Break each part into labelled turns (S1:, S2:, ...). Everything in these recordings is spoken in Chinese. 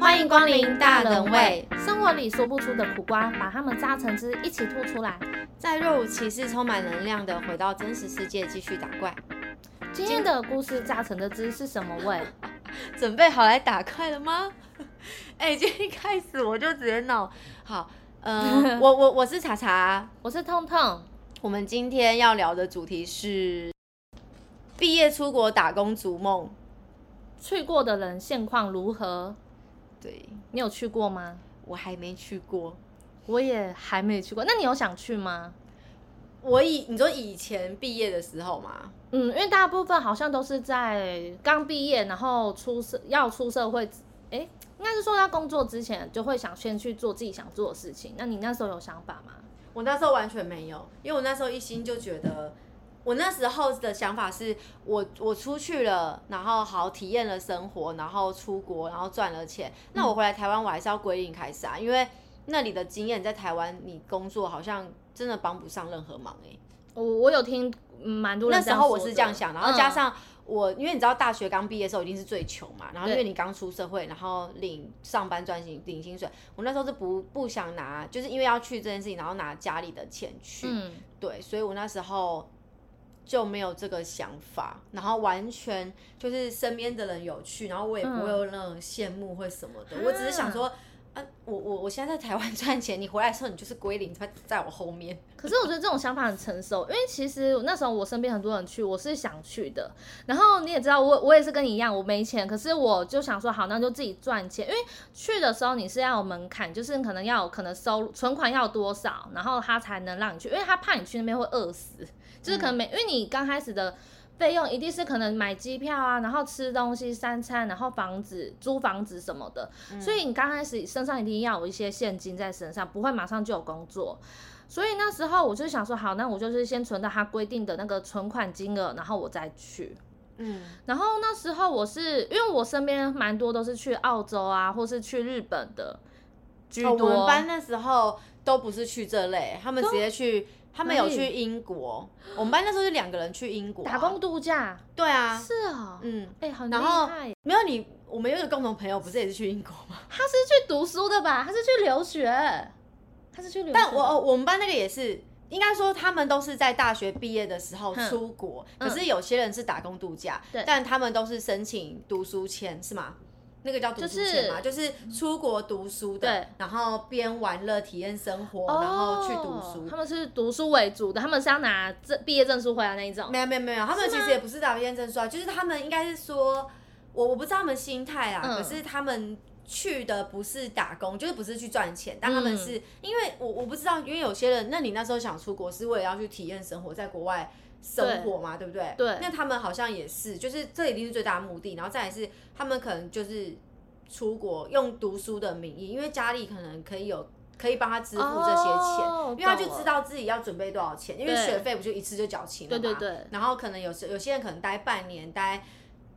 S1: 欢迎光临大人味，
S2: 生活里说不出的苦瓜，把它们榨成汁一起吐出来。
S1: 在若无其事、充满能量的回到真实世界继续打怪，
S2: 今天的故事榨成的汁是什么味？
S1: 准备好来打怪了吗？ 哎、今天一开始我就直接闹好，呃，我我我是查查，
S2: 我是痛痛，
S1: 我们今天要聊的主题是毕业出国打工逐梦，
S2: 去过的人现况如何？
S1: 对
S2: 你有去过吗？
S1: 我还没去过。
S2: 我也还没去过，那你有想去吗？
S1: 我以你说以前毕业的时候嘛，
S2: 嗯，因为大部分好像都是在刚毕业，然后出社要出社会，哎、应该是说要工作之前就会想先去做自己想做的事情。那你那时候有想法吗？
S1: 我那时候完全没有，因为我那时候一心就觉得，我那时候的想法是我我出去了，然后好体验了生活，然后出国，然后赚了钱。那
S2: 嗯
S1: 我回来台湾，我还是要归零开始啊，因为那里的经验在台湾，你工作好像真的帮不上任何忙哎、
S2: 我我有听嗯蛮多人
S1: 那
S2: 这
S1: 时
S2: 样
S1: 候我
S2: 说
S1: 是
S2: 的
S1: 这样想，然后加
S2: 嗯
S1: 上我，因为你知道大学刚毕业的时候一定是最穷嘛，然后因为
S2: 对
S1: 你刚出社会，然后领上班赚薪领薪水，我那时候是不不想拿，就是因为要去这件事情，然后拿家里的钱去，
S2: 嗯，
S1: 对，所以我那时候就没有这个想法，然后完全就是身边的人有去，然后我也
S2: 嗯
S1: 不会有那种羡慕或什么的，我只是想说，啊，我我我现在在台湾 赚钱，你回来的时候你就是归零，在在我后面，
S2: 可是我觉得这种想法很成熟，因为其实那时候我身边很多人去，我是想去的。然后你也知道我，我也是跟你一样，我没钱，可是我就想说，好，那就自己赚钱。因为去的时候你是要有门槛，就是可能要有可能收入存款要多少，然后他才能让你去，因为他怕你去那边会饿死，就是可能没，因为你刚开始的。费用一定是可能买机票啊，然后吃东西三餐，然后房子租房子什么的，所以你刚开始身上一定要有一些现金在身上，不会马上就有工作。所以那时候我就想说，好，那我就是先存到他规定的那个存款金额，然后我再去。
S1: 嗯。
S2: 然后那时候我是因为我身边蛮多都是去澳洲啊，或是去日本的居
S1: 哦我
S2: 多。
S1: 们班那时候都不是去这类，他们直接去，他们有
S2: 哪里
S1: 去英国。我们班那时候是两个人去英国啊、
S2: 打工度假、
S1: 对啊，
S2: 是哦，
S1: 嗯，
S2: 哎、很厉
S1: 然后
S2: 害。
S1: 没有你，我们有一个共同朋友，不是也是去英国吗？
S2: 他是去读书的吧？他是去留学，他是去留学的。
S1: 但我哦我们班那个也是，应该说他们都是在大学毕业的时候
S2: 哼
S1: 出国，
S2: 嗯
S1: 可是有些人是打工度假，
S2: 对
S1: 但他们都是申请读书签，是吗？那个叫读书签嘛，就是、出国读书的
S2: 对，
S1: 然后边玩乐体验生活，
S2: 哦
S1: 然后去读书。
S2: 他们是读书为主的，他们是要拿这毕业证书回来那一种。
S1: 没有没有没有，他们其实也不是打验证书啊，就是他们应该是说，我我不知道他们心态啊，
S2: 嗯
S1: 可是他们去的不是打工，就是不是去赚钱，
S2: 嗯
S1: 但他们是、因为我我不知道，因为有些人，那你那时候想出国是为了要去体验生活，在国外。生活嘛，对不对？
S2: 对
S1: 那他们好像也是，就是这一定是最大的目的，然后再来是他们可能就是出国用读书的名义，因为家里可能可以有可以帮他支付这些钱，
S2: 哦
S1: 因为他就
S2: 懂了
S1: 知道自己要准备多少钱，因为
S2: 对
S1: 学费不就一次就缴清了嘛。
S2: 对对对
S1: 然后可能有时有些人可能待半年，待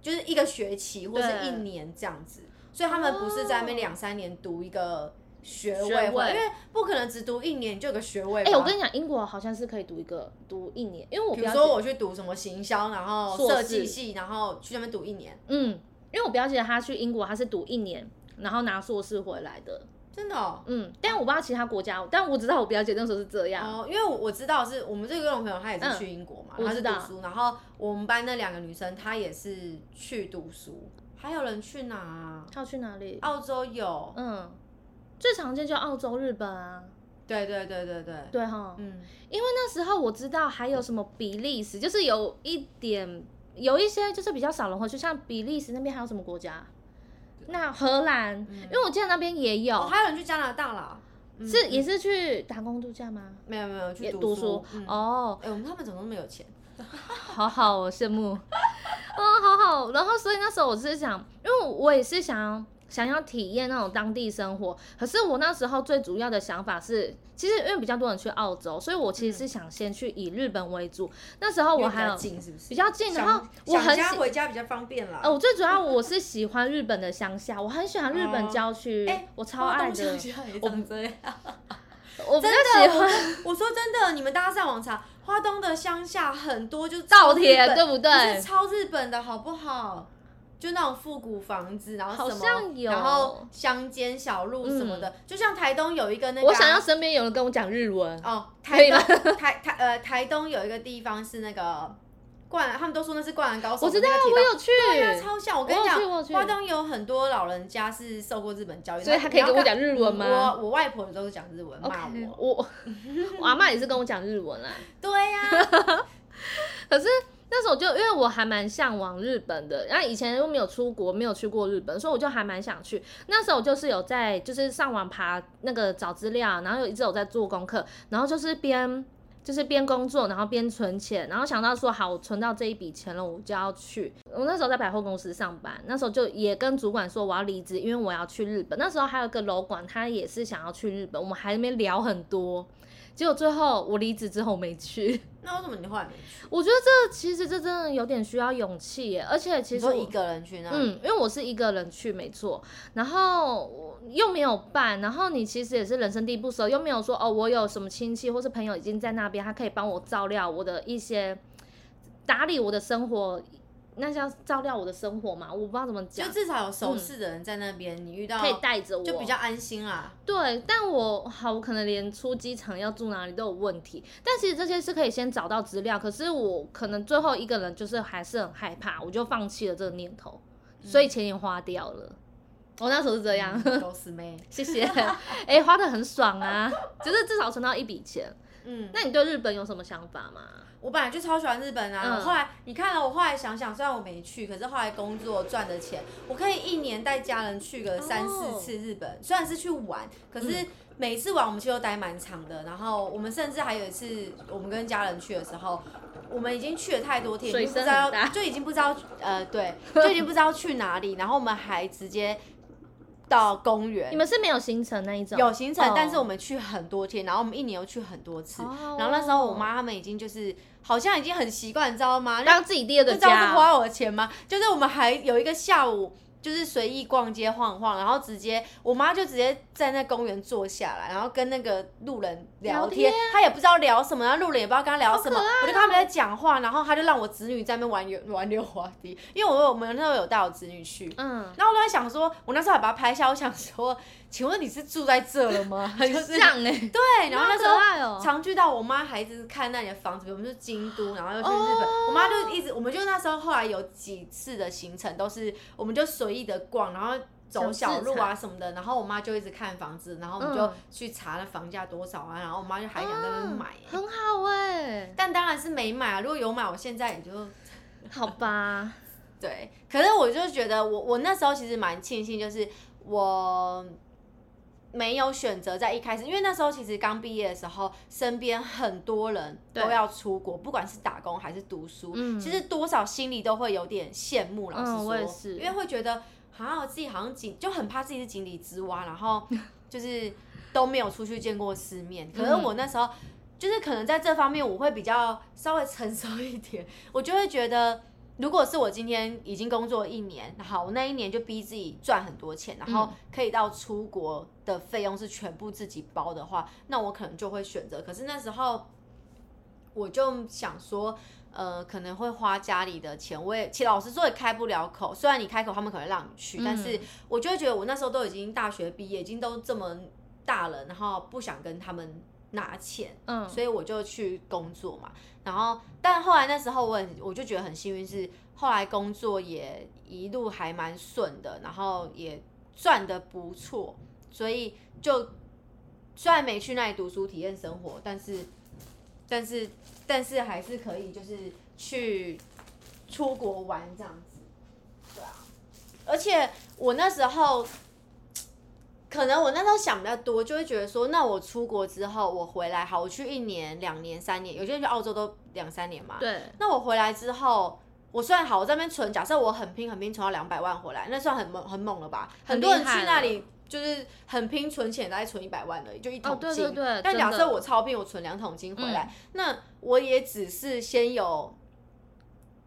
S1: 就是一个学期或是
S2: 对
S1: 一年这样子，所以他们不是在那边
S2: 哦
S1: 两三年读一个学
S2: 学
S1: 位，
S2: 位
S1: 因为不可能只读一年就有个学位吧。
S2: 哎、我跟你讲，英国好像是可以读一个读一年，因为我
S1: 啊比
S2: 比较
S1: 如说我去读什么行销，然后
S2: 硕士
S1: 设计系，然后去那边读一年，
S2: 嗯，因为我表姐她去英国，她是读一年，然后拿硕士回来的。
S1: 真的哦。
S2: 嗯，但我不知道其他国家，但我知道我表姐那时候是这样。
S1: 哦，因为我我知道是我们这个共同朋友，他也是
S2: 嗯
S1: 去英国嘛，
S2: 我
S1: 他
S2: 知
S1: 是读
S2: 道
S1: 书，然后我们班那两个女生，她也是去读书，还有人去哪啊？
S2: 她要去哪里？
S1: 澳洲有，
S2: 嗯，最常见就澳洲、日本啊。
S1: 对对对对对，
S2: 对哈，
S1: 嗯，
S2: 因为那时候我知道还有什么比利时，就是有一点有一些就是比较少人会去，像比利时那边还有什么国家？那荷兰，因为我记得那边也有，
S1: 嗯哦，还有人去加拿大啦，嗯
S2: 是也是去打工度假吗？
S1: 没有没有去
S2: 也
S1: 读
S2: 读书
S1: 嗯
S2: 哦，
S1: 哎，我们他们怎么那么有钱？
S2: 好好，我羡慕。 嗯，好好。然后所以那时候我是想，因为我也是想要想要体验那种当地生活，可是我那时候最主要的想法是，其实因为比较多人去澳洲，所以我其实是想先去以日本为主。那时候
S1: 因
S2: 我
S1: 为比
S2: 还
S1: 较
S2: 有。
S1: 近是不是？
S2: 比较近
S1: 想
S2: 然后我
S1: 想
S2: 很
S1: 家
S2: 喜
S1: 回家比较方便啦。
S2: 呃，我最主要我是喜欢日本的乡下，我很喜欢日本郊区，
S1: 哎
S2: 我超爱
S1: 东
S2: 的
S1: 乡。下也长这样。
S2: 我比
S1: 真
S2: 较 喜
S1: 的，我
S2: 欢
S1: 说我说真的，你们大家上网查，花东的乡下很多就是
S2: 稻
S1: 超日
S2: 田，
S1: 本
S2: 对不
S1: 不是
S2: 对？
S1: 超日本的好不好？就那种复古房子，然后
S2: 好
S1: 什么，
S2: 像有嗯
S1: 然后乡间小路什么的，就像台东有一个那个啊、
S2: 我想要身边有人跟我讲日文，
S1: 哦，
S2: 可
S1: 台
S2: 以吗
S1: 东台台呃台东有一个地方是那个灌篮，他们都说那是灌篮高手
S2: 我
S1: 的
S2: 知
S1: 那
S2: 道
S1: 个铁道，
S2: 我有去，
S1: 对啊，超像！我跟你
S2: 我有去我有
S1: 讲，
S2: 去
S1: 花东有很多老人家是受过日本教育，
S2: 所以他可以跟我讲日文吗
S1: 你嗯要看我我外婆都是讲日文骂
S2: OK，
S1: 我，
S2: 我我阿妈也是跟我讲日文啊啦，
S1: 对呀、
S2: 可是那时候就因为我还蛮向往日本的，然后以前又没有出国，没有去过日本，所以我就还蛮想去。那时候我就是有在就是上网爬那个找资料，然后有一直有在做功课，然后就是边。就是边工作，然后边存钱，然后想到说好，我存到这一笔钱了，我就要去。我那时候在百货公司上班，那时候就也跟主管说我要离职，因为我要去日本。那时候还有一个楼管，他也是想要去日本，我们还在那边聊很多。结果最后我离职之后没去。
S1: 那为什么你后来没去？
S2: 我觉得这其实这真的有点需要勇气耶，而且其
S1: 你
S2: 实我
S1: 说一个人去那？
S2: 嗯，因为我是一个人去没错，然后我又没有伴，然后你其实也是人生地不熟，又没有说哦，我有什么亲戚或是朋友已经在那边，他可以帮我照料我的一些打理我的生活，那叫照料我的生活嘛，我不知道怎么讲
S1: 就，至少有熟识的人在那边，你遇到
S2: 嗯可以带着我，
S1: 就比较安 心啦。
S2: 对，但我好，我可能连出机场要住哪里都有问题。但其实这些是可以先找到资料，可是我可能最后一个人就是还是很害怕，我就放弃了这个念头，所以钱也花掉了。我那时候是这样，
S1: 嗯都是妹，
S2: 谢谢。哎、花的很爽啊，就是至少存到一笔钱。
S1: 嗯，
S2: 那你对日本有什么想法吗？
S1: 我本来就超喜欢日本啊。
S2: 嗯
S1: 我后来你看了，我后来想想，虽然我没去，可是后来工作赚的钱，我可以一年带家人去个三四
S2: 哦嗯
S1: 次日本。虽然是去玩，可是每次玩我们其实都待蛮长的。然后我们甚至还有一次，我们跟家人去的时候。我们已经去了太多天，已
S2: 水
S1: 经不知
S2: 深
S1: 道
S2: 很大
S1: 就已经不知道呃， 对，就已经不知道去哪里。然后我们还直接到公园，
S2: 你们是没有行程那一种？
S1: 有行程，
S2: 哦
S1: 但是我们去很多天，然后我们一年又去很多次。
S2: 哦
S1: 然后那时候我妈他们已经就是好像已经很习惯，你知道吗？那
S2: 当自己第二
S1: 不
S2: 个
S1: 知道是
S2: 家。
S1: 花我的钱吗？就是我们还有一个下午。就是随意逛街晃晃，然后直接我妈就直接在那公园坐下来，然后跟那个路人聊
S2: 聊
S1: 天，
S2: 天
S1: 她也不知道聊什么，然后路人也不知道跟她聊什么，
S2: 好可爱哦
S1: 我就跟他们在讲话，然后她就让我侄女在那边玩溜玩溜滑梯，因为我我们那时候有带我侄女去，
S2: 嗯，
S1: 然后我都在想说，我那时候还把它拍下，我想说，请问你是住在这了吗？很就是
S2: 像哎、
S1: 对，然后那时候。
S2: 候
S1: 常去到我妈孩子看那里的房子，我们是京都，然后又去日本。我妈就一直，我们就那时候后来有几次的行程都是，我们就随意的逛，然后走小路啊什么的。然后我妈就一直看房子，然后我们就
S2: 嗯
S1: 去查那房价多少啊，然后我妈就还想在那边买、欸
S2: 很好哎、
S1: 但当然是没买啊。如果有买，我现在也就
S2: 好 吧。
S1: 对，可是我就觉得我我那时候其实蛮庆幸，就是我没有选择在一开始，因为那时候其实刚毕业的时候，身边很多人都
S2: 对
S1: 要出国，不管是打工还是读书，
S2: 嗯
S1: 其实多少心里都会有点羡慕。老实说，
S2: 嗯我也是
S1: 因为会觉得啊，我自己好像井就很怕自己是井底之蛙，然后 就是都没有出去见过世面。可是我那时候。就是可能在这方面我会比较稍微成熟一点，我就会觉得，如果是我今天已经工作一年，好，我那一年就逼自己赚很多钱，然后可以到出国的费用是全部自己包的话，那我可能就会选择。可是那时候我就想说，呃，可能会花家里的钱，我也其实老实说也开不了口。虽然你开口，他们可能让你去，但是我就会觉得我那时候都已经大学毕业，已经都这么大了，然后不想跟他们拿钱。
S2: 嗯，
S1: 所以我就去工作嘛。然后，但后来那时候我很，我就觉得很幸运，是后来工作也一路还蛮顺的，然后也赚的不错，所以就虽然没去那里读书体验生活，但是但是但是还是可以就是去出国玩这样子，对啊。而且我那时候可能我那时候想比较多，就会觉得说，那我出国之后，我回来好，我去一年、两年、三年，有些人去澳洲都两三年嘛。
S2: 对，
S1: 那我回来之后，我虽然好，我在那边存，假设我很拼很拼存到两百万回来，那算很猛很猛了吧？
S2: 很厉
S1: 很多
S2: 害
S1: 人去那里就是很拼存钱，大概存一百万而已，就一桶
S2: 哦，
S1: 金。
S2: 对对对。
S1: 但
S2: 真
S1: 假
S2: 的嗯
S1: 设我超拼，我存两桶金回来，那我也只是先有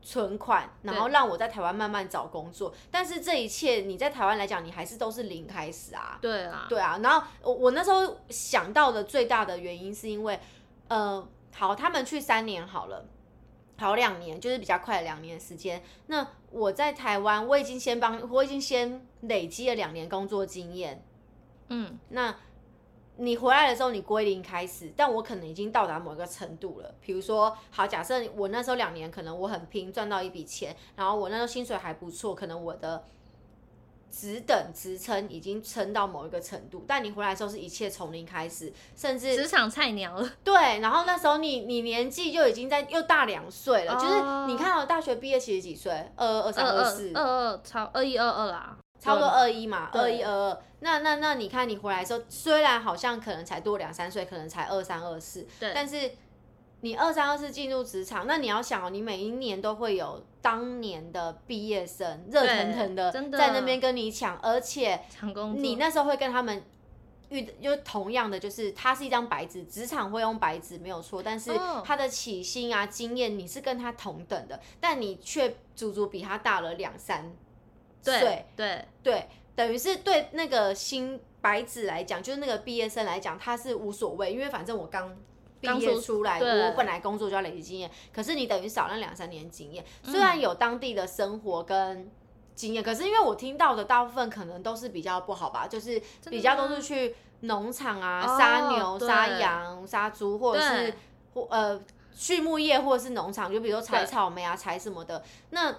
S1: 存款，然后让我在台湾慢慢找工作。但是这一切，你在台湾来讲，你还是都是零开始啊。
S2: 对啊，
S1: 对啊，然后我我那时候想到的最大的原因是因为，呃，好，他们去三年好了，跑两年，就是比较快的两年的时间。那我在台湾，我已经先帮，我已经先累积了两年工作经验。
S2: 嗯，
S1: 那你回来的时候，你归零开始，但我可能已经到达某个程度了。比如说，好，假设我那时候两年，可能我很拼赚到一笔钱，然后我那时候薪水还不错，可能我的职等职称已经撑到某一个程度。但你回来的时候是一切从零开始，甚至
S2: 职场菜鸟了，
S1: 对，然后那时候你你年纪就已经在又大两岁了，
S2: 哦
S1: 就是你看到大学毕业其实几岁？二二二
S2: 二
S1: 三二四
S2: 二，二二超二一二二啦，
S1: 差不多
S2: 对
S1: 二一嘛，二一
S2: 对
S1: 二二。那那那你看你回来的时候，虽然好像可能才多两三岁，可能才二三二四，
S2: 对
S1: 但是你二三二四进入职场，那你要想哦，你每一年都会有当年的毕业生热腾腾的
S2: 真的
S1: 在那边跟你抢，而且
S2: 抢工作，
S1: 你那时候会跟他们遇，就同样的，就是它是一张白纸，职场会用白纸没有错，但是
S2: 哦
S1: 他的起薪啊、经验你是跟他同等的，但你却足足比他大了两三岁
S2: 对，对
S1: 对，等于是对那个新白纸来讲，就是那个毕业生来讲，他是无所谓，因为反正我刚。毕
S2: 刚
S1: 业
S2: 出
S1: 出来，
S2: 对
S1: 我本来工作就要累积经验，可是你等于少了两三年经验。
S2: 嗯
S1: 虽然有当地的生活跟经验，可是因为我听到的大部分可能都是比较不好吧，就是
S2: 的
S1: 比较
S2: 吗
S1: 都是去农场啊、
S2: 哦
S1: 杀牛、
S2: 对
S1: 杀羊、杀猪，或者是
S2: 对
S1: 或呃畜牧业或者是农场，就比如说采
S2: 对
S1: 草莓啊、采什么的，那。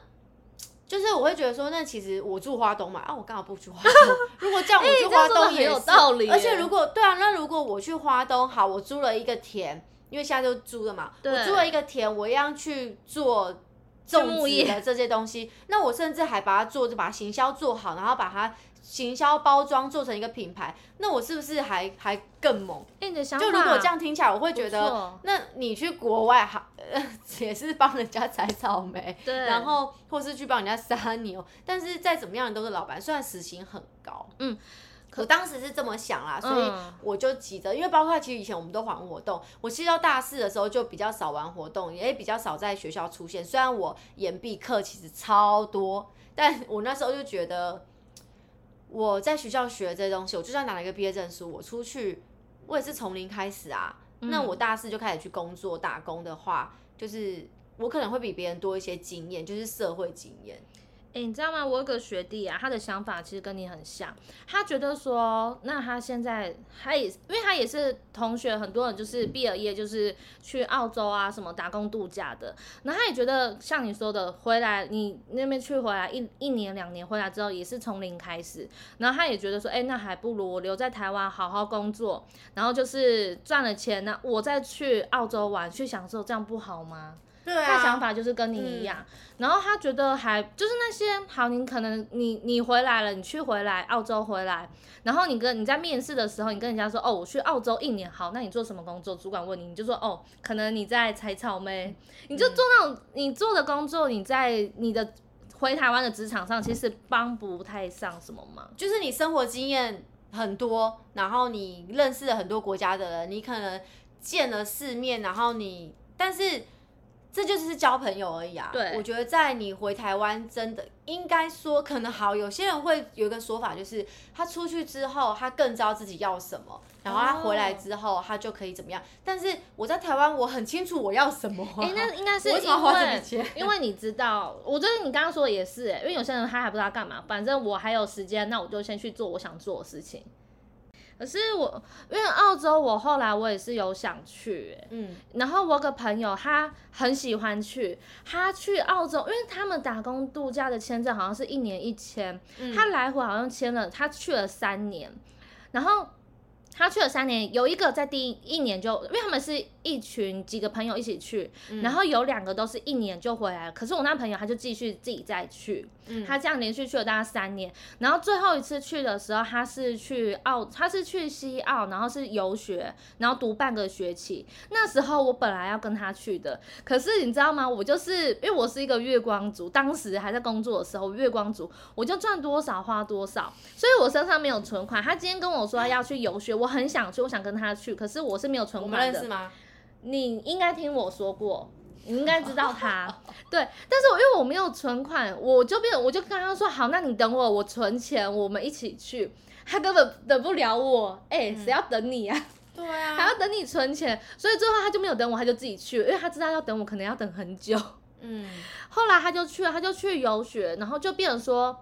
S1: 就是我会觉得说，那其实我住花东嘛，啊，我刚好不去花东。 如果这样我去
S2: 哎这样
S1: 花
S2: 说的
S1: 东
S2: 很
S1: 也
S2: 有
S1: 是
S2: 道理
S1: 而且
S2: 耶
S1: 如果对啊，那如果我去花东，好，我租了一个田，因为现在就租了嘛，我
S2: 对
S1: 租了一个田，我一样去做种
S2: 牧
S1: 植
S2: 业
S1: 的这些东西。那我甚至还把它做，就把它行销做好，然后把它行销包装做成一个品牌。那我是不是还还更猛？
S2: 哎、你的想法
S1: 就如果这样听起来，我会觉
S2: 不
S1: 得，
S2: 错
S1: 那你去国外好， 呃，也是帮人家采草莓，
S2: 对，
S1: 然后或是去帮人家杀牛，但是再怎么样你都是老板，虽然时薪很高，
S2: 嗯，
S1: 我当时是这么想啦，所以
S2: 嗯
S1: 我就急着，因为包括其实以前我们都玩活动，我其实到大四的时候就比较少玩活动，也比较少在学校出现，虽然我延毕课其实超多，但我那时候就觉得。我在学校学这些东西，我就算拿了一个毕业证书，我出去我也是从零开始啊。那我大四就开始去工作打工的话，就是我可能会比别人多一些经验，就是社会经验。
S2: 哎、你知道吗？我有个学弟啊，他的想法其实跟你很像。他觉得说，那他现在他也，因为他也是同学，很多人就是毕了业就是去澳洲啊什么打工度假的。然后他也觉得像你说的，回来你那边去回来一一年两年回来之后也是从零开始。然后他也觉得说，哎、那还不如我留在台湾好好工作，然后就是赚了钱呢，我再去澳洲玩去享受，这样不好吗？
S1: 对
S2: 他的想法就是跟你一样，然后他觉得还就是那些好，你可能你你回来了，你去回来澳洲回来，然后你跟你在面试的时候，你跟人家说哦，我去澳洲一年，好，那你做什么工作？主管问你，你就说哦，可能你在采草莓，你就做那种、你做的工作，你在你的回台湾的职场上其实帮不太上什么忙，
S1: 就是你生活经验很多，然后你认识了很多国家的人，你可能见了世面，然后你，但是这就是交朋友而已啊。
S2: 对
S1: 我觉得在你回台湾，真的应该说，可能好，有些人会有一个说法，就是他出去之后，他更知道自己要什么，然后他回来之后，他就可以怎么样。但是我在台湾，我很清楚我要什么、啊。
S2: 哎、 那应该是
S1: 我
S2: 因
S1: 为什么要花这笔
S2: 为
S1: 钱
S2: 因为你知道，我觉得你刚刚说的也是、欸，因为有些人他还不知道干嘛，反正我还有时间，那我就先去做我想做的事情。可是我因为澳洲，我后来我也是有想去、欸，
S1: 嗯，
S2: 然后我有个朋友他很喜欢去，他去澳洲，因为他们打工度假的签证好像是一年一签，
S1: 嗯
S2: 他来回好像签了，他去了三年，然后他去了三年，有一个在第一一年就，因为他们是一群几个朋友一起去，然后有两个都是一年就回来了，可是我那朋友他就继续自己再去，
S1: 嗯
S2: 他这样连续去了大概三年，然后最后一次去的时候，他是去澳，他是去西澳，然后是游学，然后读半个学期。那时候我本来要跟他去的，可是你知道吗？我就是因为我是一个月光族，当时还在工作的时候，月光族我就赚多少花多少，所以我身上没有存款。他今天跟我说要去游学，我很想去，我想跟他去，可是我是没有存
S1: 我
S2: 款
S1: 们
S2: 的。
S1: 认识吗？
S2: 你应该听我说过， 你应该知道他。 对，但是我因为我没有存款，我就变，我就跟他说好，那你等我，嗯我存钱，我们一起去。他根本等不了我，哎、谁要等你啊？
S1: 对啊，
S2: 还要等你存钱，所以最后他就没有等我，他就自己去了，因为他知道要等我可能要等很久。
S1: 嗯，
S2: 后来他就去了，他就去游学，然后就变成说，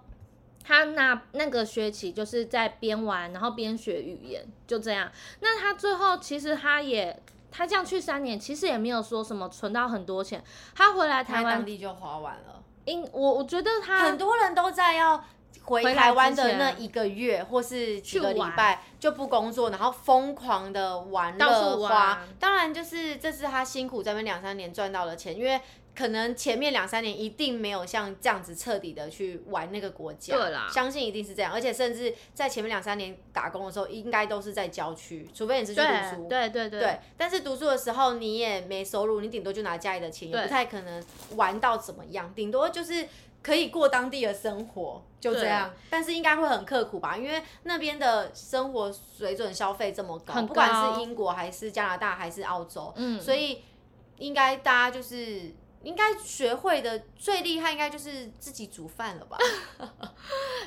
S2: 他那那个学期就是在边玩，然后边学语言，就这样。那他最后其实他也。他这样去三年，其实也没有说什么存到很多钱。他回来
S1: 台
S2: 台
S1: 湾
S2: 湾，
S1: 地就花完了。
S2: 因我我觉得他
S1: 很多人都在要回
S2: 回来
S1: 台湾
S2: 之
S1: 的
S2: 前
S1: 那一个月或是几
S2: 去
S1: 个礼
S2: 玩
S1: 拜就不工作，然后疯狂的玩
S2: 到
S1: 乐
S2: 处
S1: 花
S2: 玩。
S1: 当然，就是这是他辛苦在那边两三年赚到的钱，因为可能前面两三年一定没有像这样子彻底的去玩那个国家，
S2: 对啦
S1: 相信一定是这样。而且甚至在前面两三年打工的时候，应该都是在郊区，除非你是去读书。
S2: 对对对
S1: 对，但是读书的时候你也没收入，你顶多就拿家里的钱，也
S2: 对
S1: 不太可能玩到怎么样，顶多就是可以过当地的生活，就这样。但是应该会很刻苦吧，因为那边的生活水准、消费这么高，
S2: 很
S1: 不管
S2: 高
S1: 是英国还是加拿大还是澳洲，
S2: 嗯
S1: 所以应该大家就是。应该学会的最厉害，应该就是自己煮 饭了吧？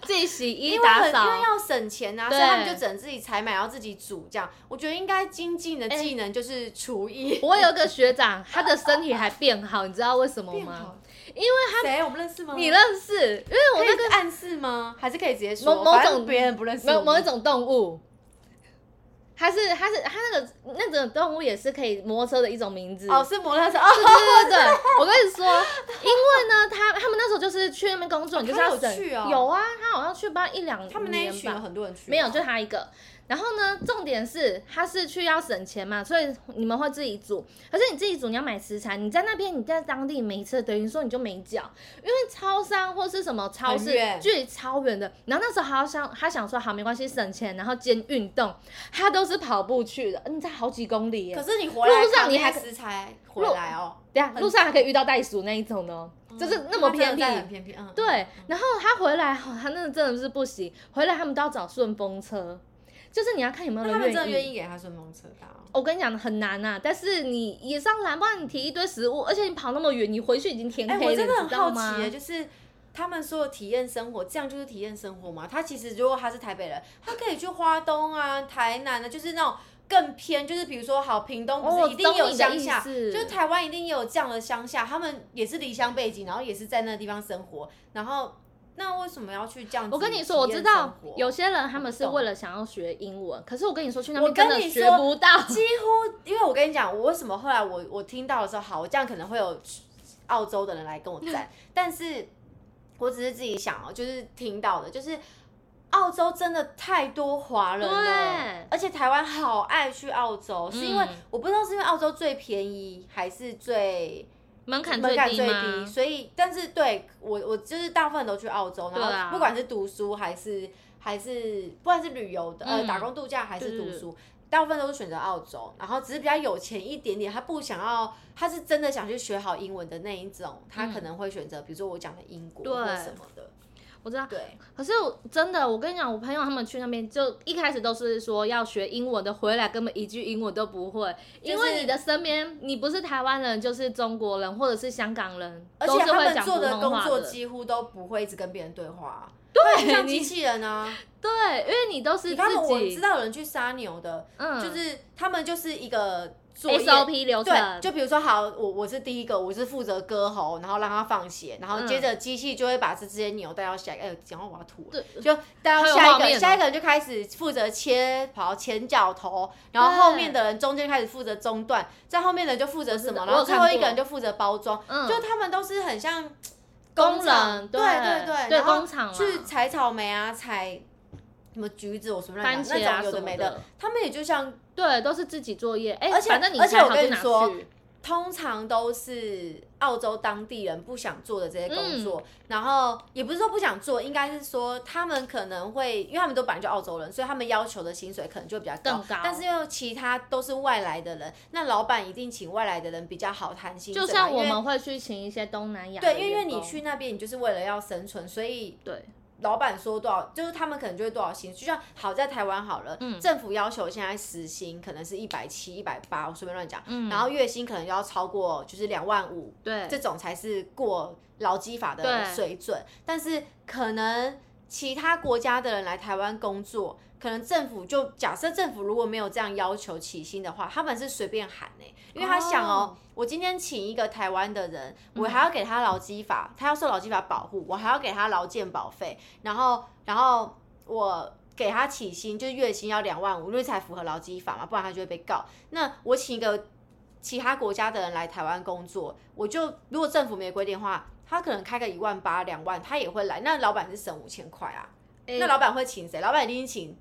S2: 自己洗衣
S1: 因为
S2: 打
S1: 很因为
S2: 扫，
S1: 要省钱啊，所
S2: 对
S1: 以他们就只能自己采买，然后自己煮这样。我觉得应该精进的技能就是厨艺。
S2: 我有个学长，他的身体还变好，你知道为什么
S1: 变
S2: 吗
S1: 好？
S2: 因为他
S1: 谁？我们认识吗？
S2: 你认识，因为
S1: 可
S2: 我
S1: 以
S2: 那个
S1: 暗示吗？还是可以直接说？
S2: 某某
S1: 反正
S2: 种
S1: 别人不认识我
S2: 某
S1: 们
S2: 某一种动物，它是它是它那个那种动物也是可以摩托车的一种名字。
S1: 哦，是摩托车哦，
S2: 对对对，我跟你说，因为呢，他他们那时候就是去那边工作，你就是要
S1: 他有
S2: 省。
S1: 去哦
S2: 有啊，他好像去吧一两年吧。
S1: 他们那一群有很多人去，
S2: 没有，就他一个。然后呢，重点是他是去要省钱嘛，所以你们会自己煮。可是你自己煮，你要买食材，你在那边你在当地没吃，等于说你就没缴，因为超商或是什么超
S1: 很
S2: 市
S1: 远
S2: 距离超远的。然后那时候他想他想说好没关系省钱，然后兼运动，他都是跑步去的，嗯，在好几公里耶
S1: 可。是你回来
S2: 路上你
S1: 扛
S2: 还
S1: 那些食材回来哦，
S2: 对啊，路上还可以遇到袋鼠那一种呢，就是那么
S1: 他
S2: 偏
S1: 真的
S2: 僻。
S1: 在很偏僻，嗯，
S2: 对，然后他回来，哦他那个真的是不行，回来他们都要找顺风车，就是你要看有没有
S1: 那
S2: 人
S1: 他们真的
S2: 愿意
S1: 愿意给他顺风车搭哦。
S2: 我跟你讲很难呐、但是你也上篮，不然你提一堆食物，而且你跑那么远，你回去已经天
S1: 哎，
S2: 黑
S1: 我
S2: 了，
S1: 真的
S2: 你
S1: 很
S2: 知道
S1: 好
S2: 吗
S1: 奇耶，？就是。他们说体验生活，这样就是体验生活嘛？他其实如果他是台北人，他可以去花东啊、台南啊，就是那种更偏，就是比如说好屏东，不
S2: 哦
S1: 是一定
S2: 懂
S1: 有
S2: 你的
S1: 乡
S2: 意
S1: 下，
S2: 思
S1: 就台湾一定也有这样的乡下，他们也是离乡背景，然后也是在那个地方生活，然后那为什么要去这样子
S2: 我跟你说，我
S1: 体验
S2: 知道
S1: 生活
S2: 有些人他们是
S1: 懂
S2: 为了想要学英文，可是我跟你说去那
S1: 我
S2: 边真
S1: 跟
S2: 的
S1: 你
S2: 学
S1: 说
S2: 不到。
S1: 几乎，因为我跟你讲，我为什么后来我我听到的时候，好，我这样可能会有澳洲的人来跟我 赞，但是我只是自己想哦，就是听到的，就是澳洲真的太多华人了
S2: 对，
S1: 而且台湾好爱去澳洲，是因为、
S2: 嗯
S1: 我不知道是因为澳洲最便宜还是最
S2: 门槛
S1: 门
S2: 最
S1: 槛
S2: 低
S1: 最低，
S2: 吗？
S1: 所以但是对我我就是大部分都去澳洲，然
S2: 对啊
S1: 后不管是读书还是还是不管是旅游的、呃
S2: 嗯
S1: 打工度假还是
S2: 对
S1: 读
S2: 对对
S1: 书，大部分都是选择澳洲，然后只是比较有钱一点点，他不想要，他是真的想去学好英文的那一种，他可能会选择比如说我讲的英国
S2: 嗯对
S1: 或者什么的，
S2: 我知道，
S1: 对，
S2: 可是我真的，我跟你讲，我朋友他们去那边就一开始都是说要学英文的，回来根本一句英文都不会，因
S1: 就是
S2: 为你的身边你不是台湾人就是中国人或者是香港人，
S1: 而
S2: 都
S1: 且
S2: 是
S1: 他
S2: 会
S1: 们
S2: 讲
S1: 做
S2: 普
S1: 的
S2: 通
S1: 工
S2: 话
S1: 作
S2: 的。
S1: 几乎都不会一直跟别人对话，
S2: 对，
S1: 像
S2: 你
S1: 机器人啊，
S2: 对，因为你都是
S1: 你
S2: 自
S1: 看他们我
S2: 己
S1: 知，道有人去杀牛的，
S2: 嗯，
S1: 就是他们就是一个作业
S2: SOP 流
S1: 对，
S2: 程，
S1: 就比如说，好，我我是第一个，我是负责割喉，然后让它放血，然后接着机器就会把这些牛带到下一个，哎、讲到我要吐了，
S2: 对
S1: 就带到
S2: 还有
S1: 下一
S2: 画面
S1: 个，
S2: 哦
S1: 下一个人就开始负责切，跑前脚头，然后后
S2: 对
S1: 面的人中间开始负责中断，在后面的人就负责什么，
S2: 我知道
S1: 然后最后
S2: 我有看
S1: 一
S2: 过
S1: 个人就负责包装，
S2: 嗯
S1: 就他们都是很像
S2: 工
S1: 厂
S2: 人，
S1: 对
S2: 对
S1: 对，
S2: 对
S1: 然后
S2: 工厂啦
S1: 去采草莓啊，采什么橘子，我什么
S2: 番
S1: 乱讲
S2: 茄
S1: 那
S2: 啊
S1: 种有
S2: 什
S1: 的
S2: 么
S1: 没的，，他们也就像
S2: 对，都是自己作业。哎，
S1: 而且
S2: 反正你
S1: 而且
S2: 采
S1: 我
S2: 好
S1: 跟
S2: 就
S1: 你
S2: 拿
S1: 说
S2: 去
S1: 通常都是澳洲当地人不想做的这些工作，
S2: 嗯
S1: 然后也不是说不想做，应该是说他们可能会，因为他们都本来就澳洲人，所以他们要求的薪水可能就比较高。
S2: 更高
S1: 但是因为其他都是外来的人，那老板一定请外来的人比较好谈薪水嘛，
S2: 就像我
S1: 因为
S2: 们会去请一些东南亚的
S1: 对，因为因为
S2: 员
S1: 你
S2: 工
S1: 去那边，你就是为了要生存，所以
S2: 对
S1: 老板说多少，就是他们可能就会多少薪，就像好在台湾好了，
S2: 嗯
S1: 政府要求现在时薪可能是一百七、一百八，我随便乱讲，然后月薪可能要超过就是两万五，
S2: 嗯对
S1: 这种才是过劳基法的
S2: 对
S1: 水准，但是可能。其他国家的人来台湾工作，可能政府就假设政府如果没有这样要求起薪的话，他们是随便喊呢、因为他想哦
S2: 哦
S1: 我今天请一个台湾的人，我还要给他劳基法，他要受劳基法保护，我还要给他劳健保费，然后然后我给他起薪就是月薪要两万五，因为才符合劳基法嘛，不然他就会被告。那我请一个其他国家的人来台湾工作，我就如果政府没有规定的话，他可能开个一万八、两万，他也会来。那老板是省五千块啊，
S2: 哎
S1: 那老板会请谁？老板一定请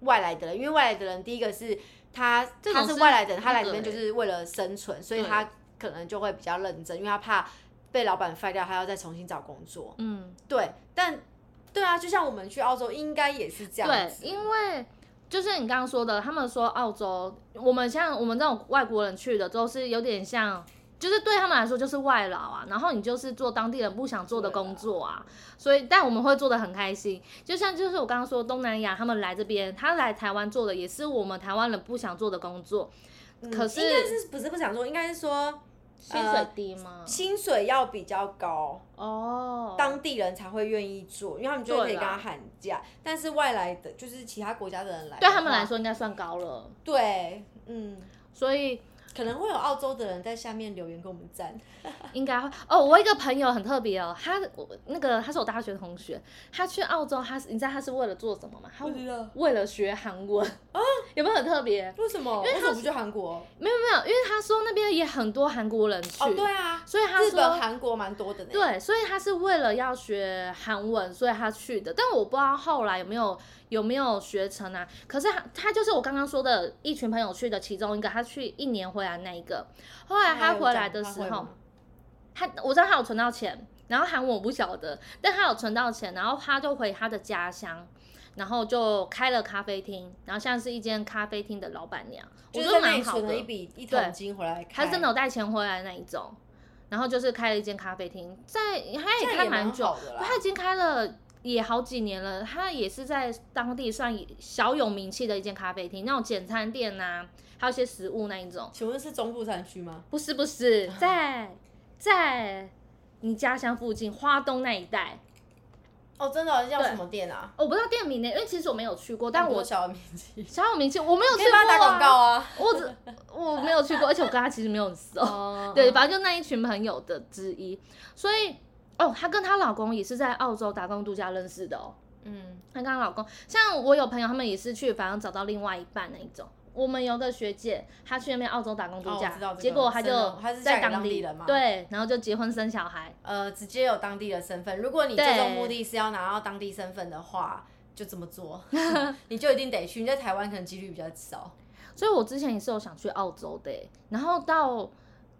S1: 外来的人，因为外来的人第一个是他
S2: 这
S1: 他
S2: 种
S1: 是
S2: 是
S1: 外来的人，
S2: 那
S1: 他来
S2: 个
S1: 里面
S2: 欸
S1: 就是为了生存，所以他可能就会比较认真，因为他怕被老板 fire 掉，他要再重新找工作。
S2: 嗯，
S1: 对，但对啊，就像我们去澳洲，应该也是这样
S2: 对，
S1: 子。
S2: 因为就是你刚刚说的，他们说澳洲，我们像我们这种外国人去的，都是有点像。就是对他们来说就是外劳啊，然后你就是做当地人不想做的工作啊，所以但我们会做的很开心。就像就是我刚刚说东南亚他们来这边，他来台湾做的也是我们台湾人不想做的工作，可是
S1: 嗯应该是不是不想说，应该是说
S2: 薪水低吗？
S1: 薪呃水要比较高，
S2: 哦，
S1: 当地人才会愿意做，因为他们就可以
S2: 对
S1: 跟
S2: 啦
S1: 他喊价。但是外来的，就是其他国家的人来，
S2: 对他们来，说应该算高了，
S1: 对，嗯，
S2: 所以
S1: 可能会有澳洲的人在下面留言跟我们赞。
S2: 应该会哦。我一个朋友很特别哦，他我那个他是我大学同学，他去澳洲，他是你知道他是为了做什么吗？他
S1: 不知道
S2: 为了学韩文啊，有没有很特别？
S1: 为什么？为什么不去韩国？
S2: 没有没有，因为他说那边也很多韩国人去，
S1: 哦，对啊，
S2: 所以他
S1: 日本、
S2: 说。
S1: 韩国蛮多的呢。，
S2: 对，所以他是为了要学韩文，所以他去的。但我不知道后来有没有有没有学成啊。可是他他就是我刚刚说的一群朋友去的其中一个，他去一年回来那一个。后来他回来的时候，他我知道他有存到钱，然后韩文我不晓得，但他有存到钱，然后他就回他的家乡，然后就开了咖啡厅，然后现在是一间咖啡厅的老板娘，我
S1: 就
S2: 觉
S1: 是在
S2: 得
S1: 那里
S2: 蛮好
S1: 存了一
S2: 的。
S1: 笔一桶金回来开，
S2: 他真的有带钱回来那一种，然后就是开了一间咖啡厅，在他
S1: 这
S2: 也
S1: 样
S2: 开
S1: 也蛮
S2: 蛮久，
S1: 好的啦。
S2: 他已经开了。也好几年了，他也是在当地算小有名气的一间咖啡厅，那种简餐店呐、还有一些食物那一种。
S1: 请问是中部山区吗？
S2: 不是不是，在在你家乡附近花东那一带。
S1: 哦，真的叫
S2: 对
S1: 什么店啊？
S2: 哦我不知道店名呢，因为其实我没有去过，但
S1: 很多
S2: 我
S1: 小有名气，
S2: 小有名气，我没有
S1: 可
S2: 去
S1: 以
S2: 过、
S1: 帮他
S2: 啊。
S1: 打广告啊。
S2: 我只我没有去过，而且我跟他其实没有很熟。
S1: 哦
S2: 对，反正就那一群朋友的之一，所以哦，她跟她老公也是在澳洲打工度假认识的哦。
S1: 嗯，
S2: 她跟她老公，像我有朋友，他们也是去，反正找到另外一半那一种。我们有个学姐，她去那边澳洲打工度
S1: 哦
S2: 假，
S1: 我知道这个
S2: 结果她
S1: 生了
S2: 就
S1: 她是嫁
S2: 在
S1: 给当地人吗
S2: 对，然后就结婚生小孩，
S1: 呃，直接有当地的身份。如果你
S2: 对
S1: 最终目的是要拿到当地身份的话，就这么 做， 你就一定得去。你在台湾可能几率比较少。
S2: 所以我之前也是有想去澳洲的欸、然后到